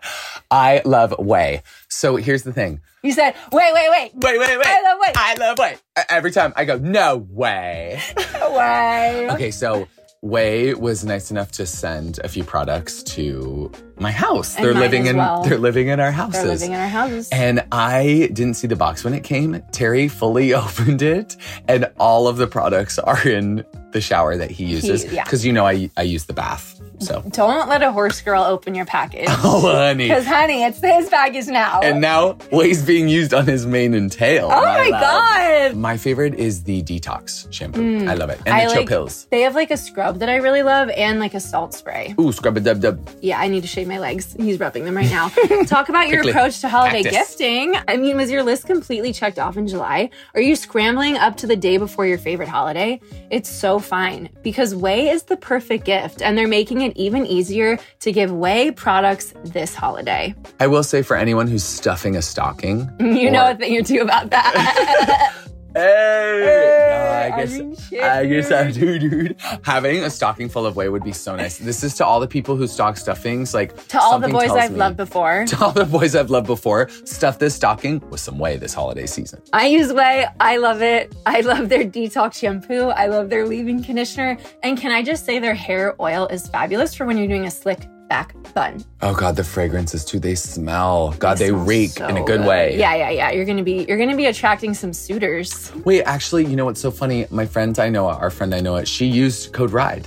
S4: I love way. So here's the thing.
S8: You said, wait, wait, wait.
S4: Wait, wait, wait.
S8: I love Way.
S4: I love way. E- Every time I go, no way.
S8: Why?
S4: Okay, so Way was nice enough to send a few products to
S6: my house.
S5: And
S6: they're
S5: mine
S6: living
S5: as
S6: in
S5: well.
S6: they're living in our houses.
S5: They're living in our houses.
S6: And I didn't see the box when it came. Terry fully opened it, and all of the products are in the shower that he uses.
S5: yeah.
S6: Because you know I, I use the bath. So,
S5: Don't let a horse girl open your package.
S6: oh, honey.
S5: Because, honey, it's his package now.
S6: And now Lay's being used on his mane and tail.
S5: oh
S6: Not
S5: my
S6: allowed.
S5: God. Mm.
S6: My favorite is the detox shampoo. I love it. And
S5: I
S6: the chill
S5: like,
S6: pills.
S5: They have like a scrub that I really love and like a salt spray.
S6: Ooh, scrub a dub dub.
S5: Yeah, I need to shave my legs. He's rubbing them right now. Talk about your
S6: Quickly.
S5: approach to holiday
S6: Practice.
S5: gifting. I mean, was your list completely checked off in July? Are you scrambling up to the day before your favorite holiday? It's so fine because Way is the perfect gift and they're making it even easier to give Way products this holiday.
S6: I will say for anyone who's stuffing a stocking.
S5: You
S6: or-
S5: know a thing or two about that.
S6: Hey! No, I guess I guess I do, dude. Having a stocking full of whey would be so nice. This is to all the people who stock stuffings. Like
S5: to all the
S6: something
S5: boys
S6: tells
S5: I've
S6: me-
S5: loved before.
S6: To all the boys I've loved before, stuff this stocking with some whey this holiday season.
S5: I use Way. I love it. I love their detox shampoo. I love their leave-in conditioner. And can I just say their hair oil is fabulous for when you're doing a slick back bun.
S6: Oh God, the fragrances too. They smell. God, Uh, they,
S5: Smells
S6: reek
S5: so
S6: in a good, way.
S5: Yeah, yeah, yeah. You're gonna be you're gonna be attracting some suitors.
S6: Wait, actually, you know what's so funny? My friend I know, our friend I know, it. She used code RIDE.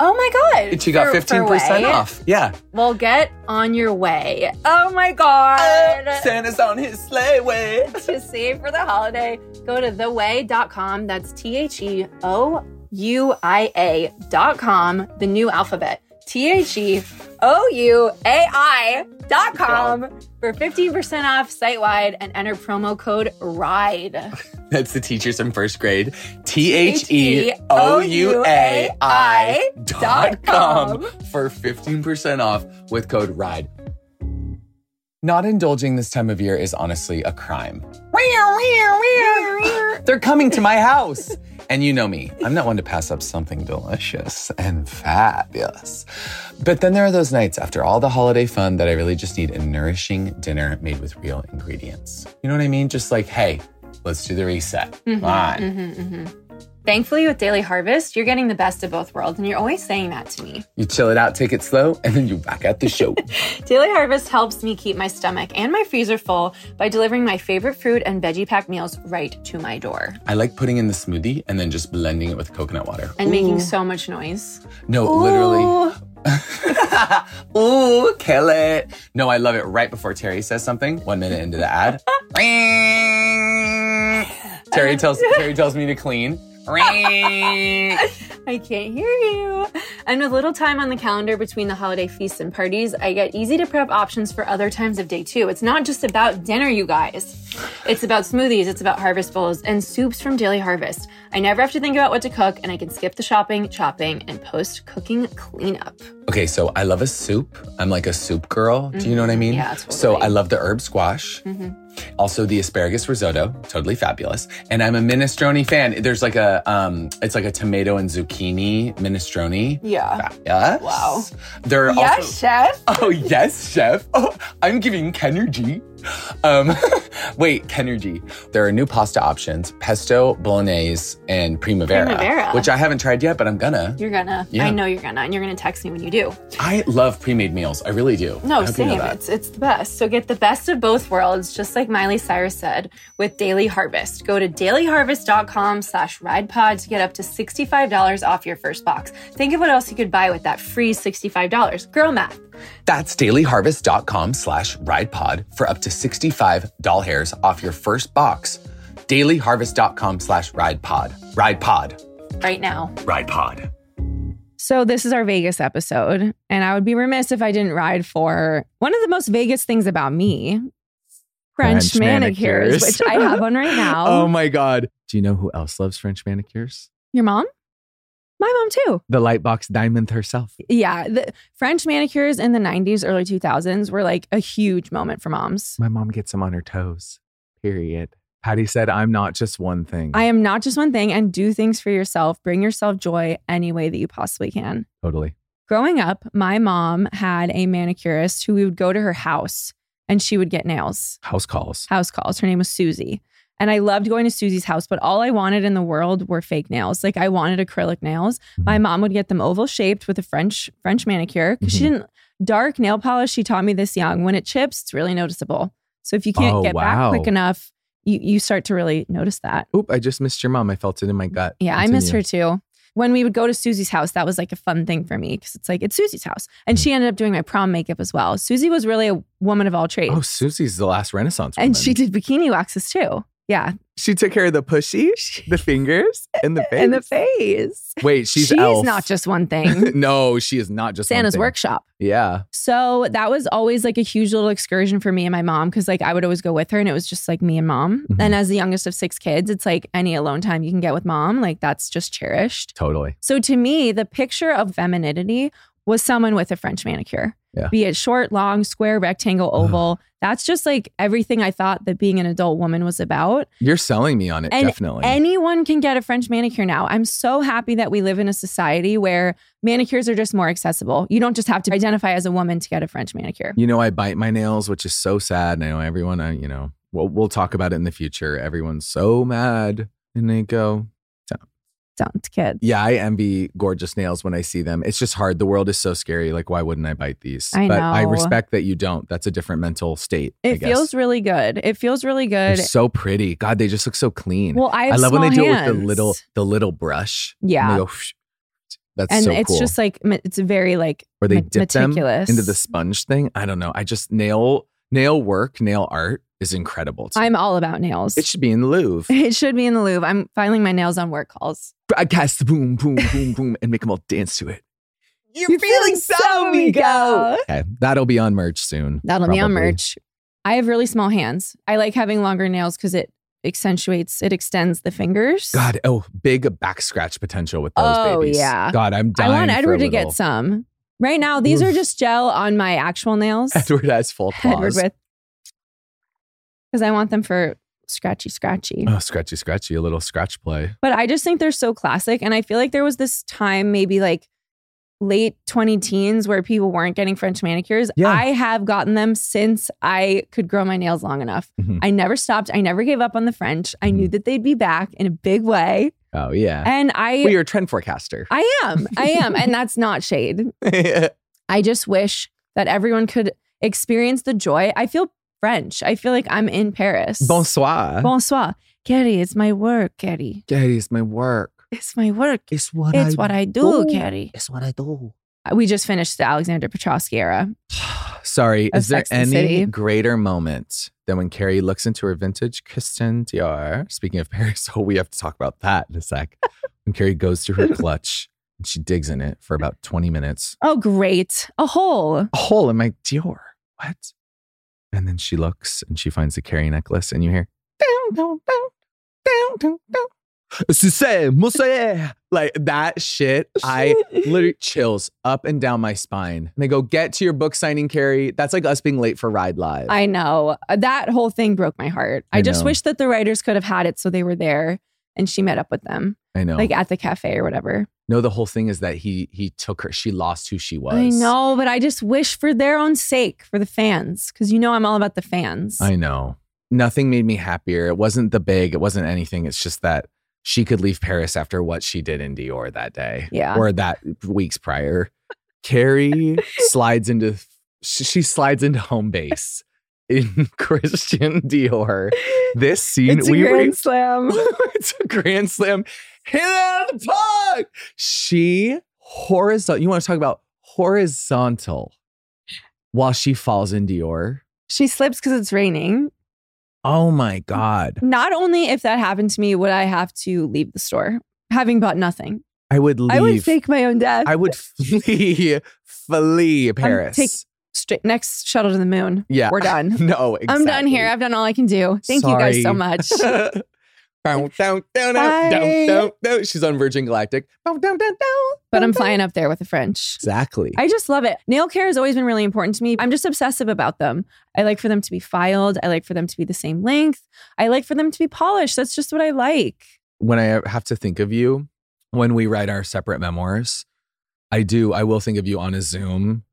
S5: Oh my god.
S6: She got
S5: For- for
S6: fifteen percent
S5: Way.
S6: off. Yeah.
S5: Well, get on your way. Oh my god.
S6: Santa's on his sleigh way.
S5: to save for the holiday, go to theway.com. That's T H E O U I A.com, the new alphabet. T H E O U A I.com for 15% off site wide and enter promo code RIDE.
S6: That's the teachers in first grade. T H E O U A I dot com for 15% off with code RIDE. Not indulging this time of year is honestly a crime. They're coming to my house. And you know me, I'm not one to pass up something delicious and fabulous. But then there are those nights after all the holiday fun that I really just need a nourishing dinner made with real ingredients. You know what I mean? Just like, hey, let's do the reset. Come on.
S5: Thankfully, with Daily Harvest, you're getting the best of both worlds, and you're always saying that to me.
S6: You chill it out, take it slow, and then you back out the show.
S5: Daily Harvest helps me keep my stomach and my freezer full by delivering my favorite fruit and veggie pack meals right to my door
S6: I like putting in the smoothie and then just blending it with coconut water.
S5: and making so much noise.
S6: No, literally. Ooh, kill it. No, I love it right before Terry says something, one minute into the ad. Ring. Terry tells Terry tells me to clean. Ring.
S5: I can't hear you. And with little time on the calendar between the holiday feasts and parties, I get easy to prep options for other times of day too. It's not just about dinner, you guys. It's about smoothies, it's about harvest bowls, and soups from Daily Harvest. I never have to think about what to cook, and I can skip the shopping, chopping, and post cooking cleanup.
S6: Okay, so I love a soup. I'm like a soup girl. Do you know what I mean?
S5: Mm-hmm. Yeah, totally. Mm-hmm.
S6: So I love the herb squash. Also the asparagus risotto, totally fabulous. And I'm a minestrone fan. There's like a um it's like a tomato and zucchini minestrone.
S5: Yeah.
S6: Yes.
S5: Wow.
S6: They're also
S5: chef.
S6: Oh yes, chef. Oh, I'm giving Kenergy. Um, wait, Kenergy. There are new pasta options: pesto, bolognese, and primavera,
S5: Primavera.
S6: which I haven't tried yet, but I'm gonna.
S5: You're gonna.
S6: Yeah.
S5: I know you're gonna, and you're gonna text me when you do.
S6: I love pre-made meals. I really do. I
S5: No,
S6: hope you know
S5: same.
S6: that.
S5: It's it's the best. So get the best of both worlds, just like Miley Cyrus said, with Daily Harvest. Go to dailyharvest.com slash ridepod to get up to $65 off your first box. Think of what else you could buy with that free $65. Girl math.
S6: That's dailyharvest.com slash ridepod for up to 65 doll hairs off your first box. Dailyharvest.com slash ridepod. Ridepod.
S5: Right now.
S6: Ridepod.
S10: So this is our Vegas episode, and I would be remiss if I didn't ride for one of the most Vegas things about me. French,
S11: French
S10: manicures,
S11: manicures.
S10: which I have one right now.
S6: Um,
S11: Oh my God. Do you know who else loves French manicures?
S10: Your mom? My mom too.
S11: The Lightbox Diamond herself.
S10: Yeah, the French manicures in the 90s, early 2000s were like a huge moment for moms.
S11: My mom gets them on her toes. Period. Patty said, I'm not just one thing.
S10: I am not just one thing and do things for yourself. Bring yourself joy any way that you possibly can.
S11: totally.
S10: Growing up, my mom had a manicurist who we would go to her house and she would get nails,
S11: House calls.
S10: house calls. Her name was Susie. And I loved going to Susie's house, but all I wanted in the world were fake nails. Like
S11: Mm-hmm.
S10: I wanted acrylic nails. My mom would get them oval shaped with a French French manicure 'cause she didn't
S5: Dark nail polish, she taught me this young. When it chips, it's really noticeable. So if you can't
S11: Oh,
S5: get
S11: wow.
S5: back quick enough, you, you start to really notice that.
S11: Mm-hmm. Oop, I just missed your mom. I felt it in my gut.
S5: Yeah, I miss her too. When we would go to Susie's house, that was like a fun thing for me because it's like, it's Susie's house.
S11: Mm.
S5: And she ended up doing my prom makeup as well. Susie was really a woman of all trades.
S11: Oh, Susie's the last Renaissance woman.
S5: and she did bikini waxes too. Yeah.
S11: She took care of the pushy, the fingers, and the face.
S5: And the face.
S11: Wait, she's
S5: She's
S11: elf.
S5: not just one thing.
S11: no, she is not just one
S5: Santa's
S11: thing.
S5: workshop.
S11: Yeah.
S5: So that was always like a huge little excursion for me and my mom because like I would always go with her and it was just like me and mom.
S11: Mhm.
S5: And as the youngest of six kids, it's like any alone time you can get with mom, like that's just cherished.
S11: Totally.
S5: So to me, the picture of femininity was someone with a French manicure.
S11: Yeah.
S5: Be it short, long, square, rectangle, oval. That's just like everything I thought that being an adult woman was about.
S11: You're selling me on it,
S5: And
S11: definitely.
S5: Anyone can get a French manicure now. I'm so happy that we live in a society where manicures are just more accessible. You don't just have to identify as a woman to get a French manicure.
S11: you know, I bite my nails, which is so sad. And I know everyone, I, you know, we'll, we'll talk about it in the future. Everyone's so mad. And they go,
S5: Don't, kid.
S11: yeah, I envy gorgeous nails when I see them. It's just hard. The world is so scary. Like, why wouldn't I bite these?
S5: I
S11: but I
S5: know.
S11: respect that you don't. That's a different mental state. I
S5: It
S11: guess.
S5: feels really good. It feels really
S11: They're
S5: good.
S11: so pretty. God, they just look so clean.
S5: well, I, have
S11: I love when they
S5: small
S11: do it with
S5: hands.
S11: the little the little brush. And they
S5: Yeah.
S11: go, "Phew." that's
S5: and
S11: so
S5: it's
S11: cool.
S5: just like ma- it's very like
S11: or they
S5: ma-
S11: dip them
S5: meticulous
S11: into the sponge thing. I don't know. I just nail nail work, nail art is incredible. To me.
S5: I'm all about nails.
S11: It should be in the Louvre.
S5: It should be in the Louvre. I'm filing my nails on work calls.
S11: I cast the boom, boom, boom, boom, and make them all dance to it. You're, Okay, that'll be on merch soon.
S5: That'll be on
S11: probably.
S5: merch. I have really small hands. I like having longer nails because it accentuates, it extends the fingers.
S11: God, oh, big back scratch potential with those
S5: Oh,
S11: babies.
S5: yeah.
S11: God, I'm
S5: I
S11: dying.
S5: want
S11: for a
S5: Edward to get
S11: little-
S5: some. Right now, these are
S11: Oof.
S5: just gel on my actual nails.
S11: Edward has full claws.
S5: Edward with. Because I want them for scratchy, scratchy.
S11: oh, scratchy, scratchy, a little scratch play.
S5: But I just think they're so classic. And I feel like there was this time, maybe like late 20 teens, where people weren't getting French manicures.
S11: Yeah.
S5: I have gotten them since I could grow my nails long enough.
S11: Mhm.
S5: I never stopped. I never gave up on the French. I knew that they'd be back in a big way.
S11: Oh Mm-hmm. yeah,
S5: And I.
S11: we are a trend forecaster.
S5: I am. I am. and that's not shade. I just wish that everyone could experience the joy. I feel French. I feel like I'm in Paris.
S11: Bonsoir.
S5: Bonsoir. Kerry, it's my work, Kerry.
S11: Daddy, it's my work.
S5: It's my work.
S11: It's what
S5: It's what I do, Carrie.
S11: It's what I do.
S5: We just finished the Alexander Petrovsky era.
S11: Sorry,
S5: Of
S11: is there
S5: Sex and
S11: any
S5: the City.
S11: greater moment than when Carrie looks into her vintage Christian Dior? Speaking of Paris, oh, we have to talk about that in a sec. when Carrie goes to her clutch and she digs in it for about 20 minutes,
S5: Oh, great. A hole.
S11: a hole in my Dior. What? And then she looks and she finds the Carrie necklace, and you hear, down, down, down, down, down, down. Sucé, moussé. Like that shit. I literally chills up and down my spine. And they go, get to your book signing, Carrie. That's like us being late for Ride Live.
S5: I know. Uh, That whole thing broke my heart. I,
S11: I
S5: just
S11: know.
S5: wish that the writers could have had it so they were there and she met up with them,
S11: I know.
S5: like at the cafe or whatever.
S11: no, the whole thing is that he he took her. She lost who she was.
S5: I know, but I just wish for their own sake, for the fans, because you know I'm all about the fans.
S11: I know. Nothing made me happier. It wasn't the big. It wasn't anything. It's just that she could leave Paris after what she did in Dior that day.
S5: Yeah.
S11: Or that weeks prior. Carrie slides into she she slides into home base in Christian Dior. This scene
S5: it's a grand slam.
S11: it's a grand slam. Hit it out of the park. She horizontal. You want to talk about horizontal while she falls in Dior?
S5: She slips because it's raining.
S11: Oh my god!
S5: Not only if that happened to me, would I have to leave the store having bought nothing.
S11: I would leave.
S5: I would fake my own death.
S11: I would flee, flee Paris.
S5: take- Straight next shuttle to the moon.
S11: yeah,
S5: We're done.
S11: no, exactly.
S5: I'm done here. I've done all I can do. Thank you guys so
S11: Sorry.
S5: much.
S11: Bow, down,
S5: Bye.
S11: down, down, down, down, down. She's on Virgin Galactic. Bow, down, down, down.
S5: But I'm
S11: down, down.
S5: flying up there with the French.
S11: Exactly.
S5: I just love it. Nail care has always been really important to me. I'm just obsessive about them. I like for them to be filed. I like for them to be the same length. I like for them to be polished. That's just what I like.
S11: when I have to think of you when we write our separate memoirs, I do. I will think of you on a Zoom,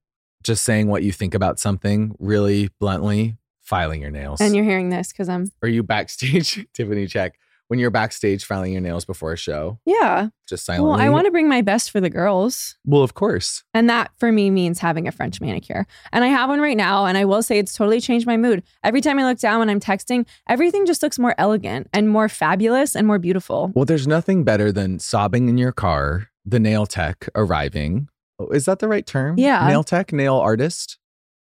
S11: just saying what you think about something really bluntly, filing your nails.
S5: And you're hearing this because I'm
S11: Are you backstage, Tiffany check, when you're backstage filing your nails before a show,
S5: Yeah.
S11: just
S5: Well,
S11: silently.
S5: I want to bring my best for the girls.
S11: Well, of course.
S5: And that for me means having a French manicure. And I have one right now. And I will say it's totally changed my mood. Every time I look down when I'm texting, everything just looks more elegant and more fabulous and more beautiful.
S11: Well, there's nothing better than sobbing in your car, the nail tech arriving. Oh, Is that the right term?
S5: Yeah.
S11: Nail tech, nail artist.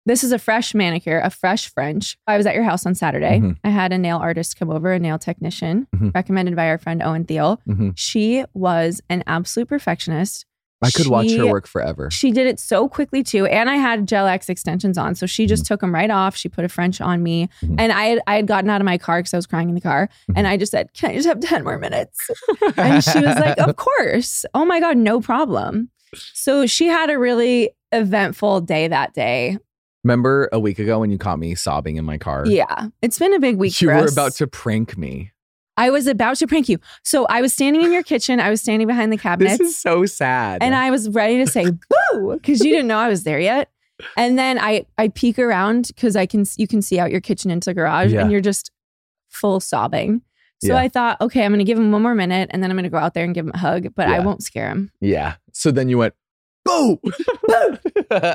S5: This is a fresh manicure, a fresh French. I was at your house on Saturday.
S11: Mhm.
S5: I had a nail artist come over, a nail technician,
S11: Mhm.
S5: recommended by our friend Owen Thiel.
S11: Mhm.
S5: She was an absolute perfectionist.
S11: I could watch her
S5: She-
S11: work forever.
S5: She did it so quickly too, and I had Gel X extensions on, so she
S11: Mm-hmm.
S5: just took them right off. She put a French on me,
S11: Mhm.
S5: and I had, I had gotten out of my car because I was crying in the car,
S11: Mm-hmm.
S5: and I just said, "Can I just have ten more minutes?" and she was like, "Of course! Oh my god, no problem." So she had a really eventful day that day.
S11: Remember a week ago when you caught me sobbing in my car?
S5: Yeah, it's been a big week.
S11: You
S5: for
S11: were
S5: us.
S11: about to prank me.
S5: I was about to prank you. So I was standing in your kitchen. I was standing behind the cabinets.
S11: This is so sad.
S5: and I was ready to say boo because you didn't know I was there yet. And then I I peek around because I can you can see out your kitchen into the garage
S11: Yeah.
S5: and you're just full sobbing. So
S11: Yeah.
S5: I thought, okay, I'm gonna give him one more minute and then I'm gonna go out there and give him a hug, but I
S11: Yeah.
S5: won't scare him.
S11: Yeah. So then you went, boo.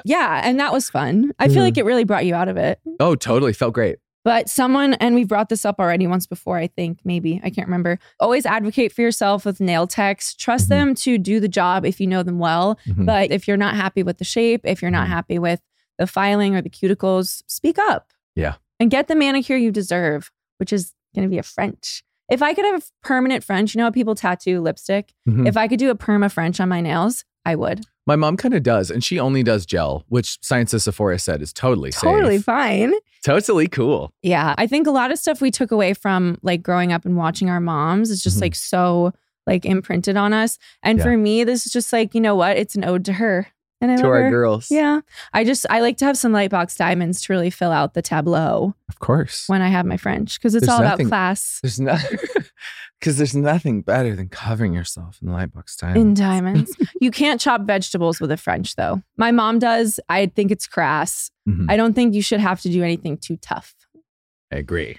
S5: Yeah, and that was fun. I feel
S11: Mhm.
S5: like it really brought you out of it.
S11: oh, totally. Felt great.
S5: But someone, and we've brought this up already once before, I think, maybe, I can't remember. Always advocate for yourself with nail techs. Trust
S11: Mhm.
S5: them to do the job if you know them well.
S11: Mhm.
S5: But if you're not happy with the shape, if you're not
S11: Mhm.
S5: happy with the filing or the cuticles, speak up.
S11: Yeah.
S5: And get the manicure you deserve, which is going to be a French. If I could have a permanent French, you know how people tattoo lipstick?
S11: Mhm.
S5: If I could do a perma French on my nails, I would.
S11: My mom kind of does, and she only does gel, which Science of Sephora said is totally,
S5: Totally
S11: safe.
S5: fine.
S11: Totally cool.
S5: Yeah, I think a lot of stuff we took away from like growing up and watching our moms is just
S11: Mhm.
S5: like so like imprinted on us. And
S11: Yeah.
S5: for me, this is just like you know what? It's an ode to her and I
S11: to
S5: love
S11: our
S5: her.
S11: girls.
S5: Yeah, I just I like to have some light box diamonds to really fill out the tableau
S11: Of course.
S5: when I have my French because it's
S11: There's
S5: all
S11: nothing-
S5: about class
S11: There's not because there's nothing better than covering yourself in light box time.
S5: in diamonds. you can't chop vegetables with a French though. My mom does. I think it's crass.
S11: Mhm.
S5: I don't think you should have to do anything too tough.
S11: I agree.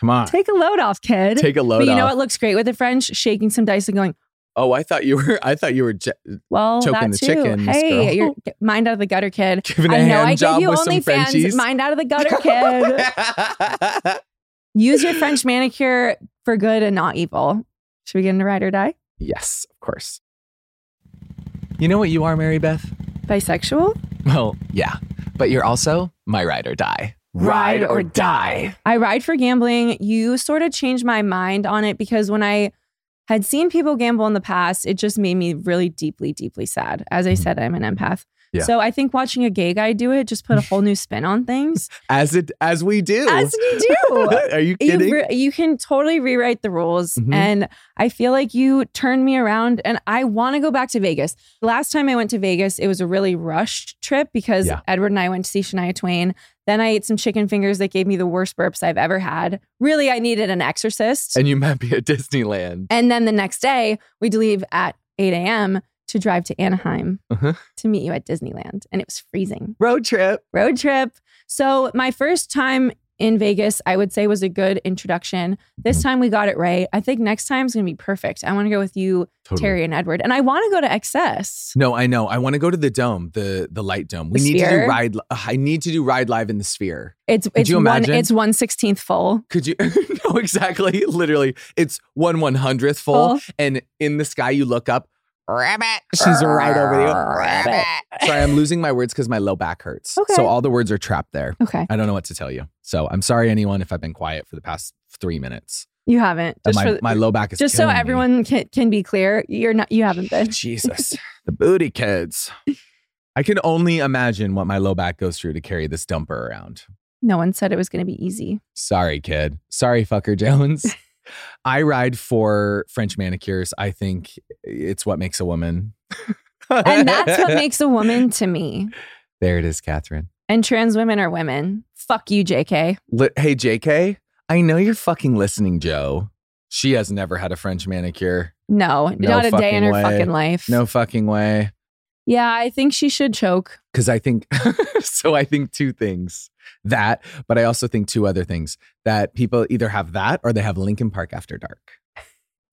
S11: Come on. Take,
S5: Take a load off, kid.
S11: a load
S5: but you know
S11: off.
S5: what looks great with a French? Shaking some dice and going.
S11: Oh, I thought you were I thought you were j-
S5: Well,
S11: choking
S5: that
S11: the
S5: too.
S11: chicken, this girl.
S5: Hey, you're get- mind out of the gutter, kid.
S11: giving a
S5: I know
S11: hand
S5: I
S11: job
S5: gave you
S11: with some
S5: OnlyFans.
S11: Frenchies.
S5: Mind out of the gutter, kid. Use your French manicure for good and not evil. Should we get into ride or die?
S11: yes, of course. You know what you are, Mary Beth?
S5: Bisexual?
S11: Well, yeah, but you're also my ride or die.
S5: Ride or die. I ride for gambling. You sort of changed my mind on it because when I had seen people gamble in the past, it just made me really deeply, deeply sad. As I said, I'm an empath.
S11: Yeah.
S5: So I think watching a gay guy do it just put a whole new spin on things.
S11: As it as we do.
S5: As you do.
S11: Are you
S5: you,
S11: kidding?
S5: re- you can totally rewrite the rules
S11: Mhm.
S5: and i feel like you turned me around and i want to go back to vegas last time i went to vegas it was a really rushed trip because
S11: Yeah.
S5: edward and i went to see shania twain then i ate some chicken fingers that gave me the worst burps i've ever had really i needed an exorcist and,
S11: and you might be at Disneyland.
S5: then the next day we'd leave at 8 a.m to drive to anaheim
S11: Uh-huh.
S5: to meet you at disneyland and it was freezing
S11: Road trip.
S5: road trip. So my first time in Vegas, I would say was a good introduction.
S11: Mm-hmm.
S5: This time we got it right. I think next time's gonna be perfect. I want to go with you, Terry and Edward, and I want to go to XS.
S11: No, I know. I want to go to the dome, the the light dome. We
S5: The
S11: need to do
S5: Sphere?
S11: ride. Li- I need to do ride live in the sphere.
S5: It's it's
S11: you
S5: one
S11: imagine?
S5: it's one sixteenth full.
S11: Could you? no, exactly. Literally, it's one one hundredth full,
S5: Full.
S11: and in the sky you look up. Rabbit. She's right over you. Rabbit. Sorry, I'm losing my words because my low back hurts.
S5: Okay.
S11: So all the words are trapped there.
S5: Okay,
S11: I don't know what to tell you. So I'm sorry, anyone, if I've been quiet for the past three minutes.
S5: you haven't.
S11: And
S5: Just
S11: my,
S5: for the-
S11: my low back is
S5: just so
S11: killing me.
S5: everyone can can be clear, you're not you haven't been.
S11: Jesus, the booty kids. I can only imagine what my low back goes through to carry this dumper around.
S5: No one said it was gonna be easy.
S11: Sorry, kid. Sorry, fucker Jones. I ride for French manicures. I think it's what makes a woman.
S5: And that's what makes a woman to me.
S11: There it is, Catherine.
S5: And trans women are women. Fuck you, JK.
S11: Li- hey, JK, I know you're fucking listening, Joe. She has never had a French manicure.
S5: No,
S11: No
S5: not a day in
S11: fucking
S5: her
S11: way.
S5: fucking life.
S11: No fucking way.
S5: Yeah, I think she should choke.
S11: because I think so. I think two things that, but I also think two other things that people either have that or they have Lincoln Park after dark.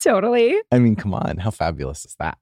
S5: Totally.
S11: I mean, come on, how fabulous is that?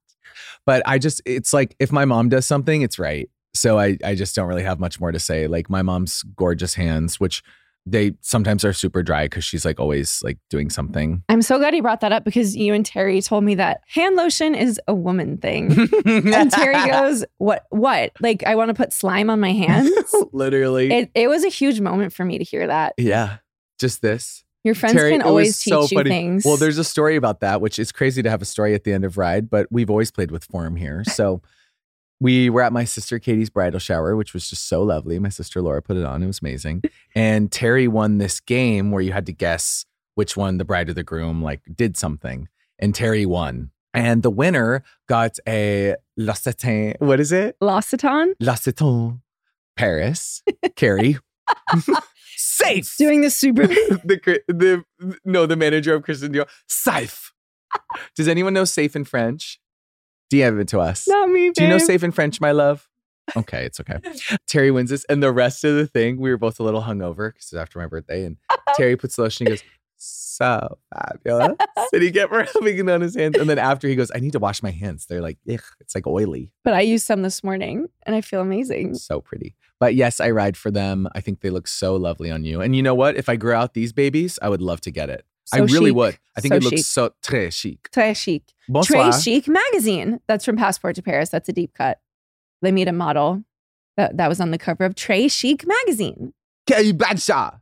S11: But I just, it's like if my mom does something, it's right. So I, I just don't really have much more to say. Like my mom's gorgeous hands, which they sometimes are super dry because she's like always like doing something.
S5: I'm so glad you brought that up because you and Terry told me that hand lotion is a woman thing. and Terry goes, "What? What? Like I want to put slime on my hands."
S11: Literally.
S5: it, it was a huge moment for me to hear that.
S11: yeah. Just this.
S5: Your friends
S11: Terry,
S5: can
S11: it was
S5: always teach
S11: so
S5: you
S11: funny.
S5: things.
S11: Well, there's a story about that, which is crazy to have a story at the end of Ride, but we've always played with form here. So we were at my sister Katie's bridal shower, which was just so lovely. My sister Laura put it on, it was amazing. And Terry won this game where you had to guess which one the bride or the groom like did something. And Terry won. And the winner got a La Satin, what is it?
S5: L'Occitane
S11: La Satin Paris. Carrie. Safe
S5: doing the super.
S11: the cri- the no the manager of Kristen Dior Safe. Does anyone know safe in French? DM it to us.
S5: Not me. Babe.
S11: Do you know safe in French, my love? Okay, it's okay. Terry wins this, and the rest of the thing, we were both a little hungover because it's after my birthday, and Terry puts the lotion. He goes, "So fabulous," and he kept rubbing it on his hands. And then after he goes, "I need to wash my hands." They're like, "Ugh, it's like oily."
S5: But I used some this morning, and I feel amazing.
S11: So pretty. But yes, I ride for them. I think they look so lovely on you. And you know what? If I grew out these babies, I would love to get it. I
S5: So
S11: really
S5: chic.
S11: would. I think
S5: So
S11: it looks
S5: chic.
S11: so très chic.
S5: Très chic.
S11: Bonsoir.
S5: Très chic magazine. That's from Passport to Paris. That's a deep cut. They meet a model that, that was on the cover of Très Chic magazine.
S11: Carrie Bradshaw.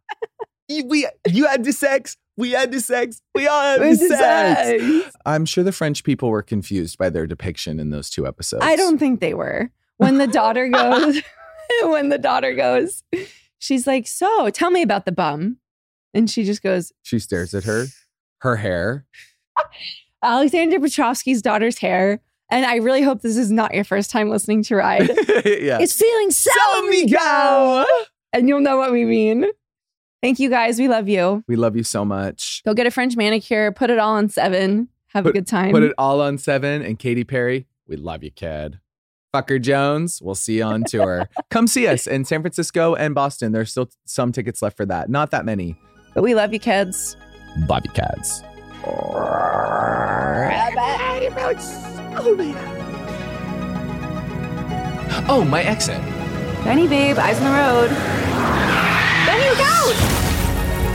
S11: You- we, you had the sex. We had the sex. We all had the
S5: With the
S11: sex.
S5: sex.
S11: I'm sure the French people were confused by their depiction in those two episodes.
S5: I don't think they were. When the daughter goes, when the daughter goes, she's like, "So, tell me about the bum," and she just goes,
S11: She stares at her, her hair.
S5: "Alexander Petrovsky's daughter's hair." And I really hope this is not your first time listening to Ride.
S11: yeah.
S5: it's feeling so,
S11: go.
S5: and you'll know what we mean. Thank you guys. We love you.
S11: We love you so much.
S5: Go get a French manicure. Put it all on seven. Have a good time.
S11: Put it all on seven and Katy Perry. We love you, kid. Fucker Jones, we'll see you on tour. Come see us in San Francisco and Boston. There's still some tickets left for that. Not that many.
S5: but we love you, kids.
S11: Bobby Cats. Oh, my exit.
S6: Benny, babe, eyes on the road. Benny, look out!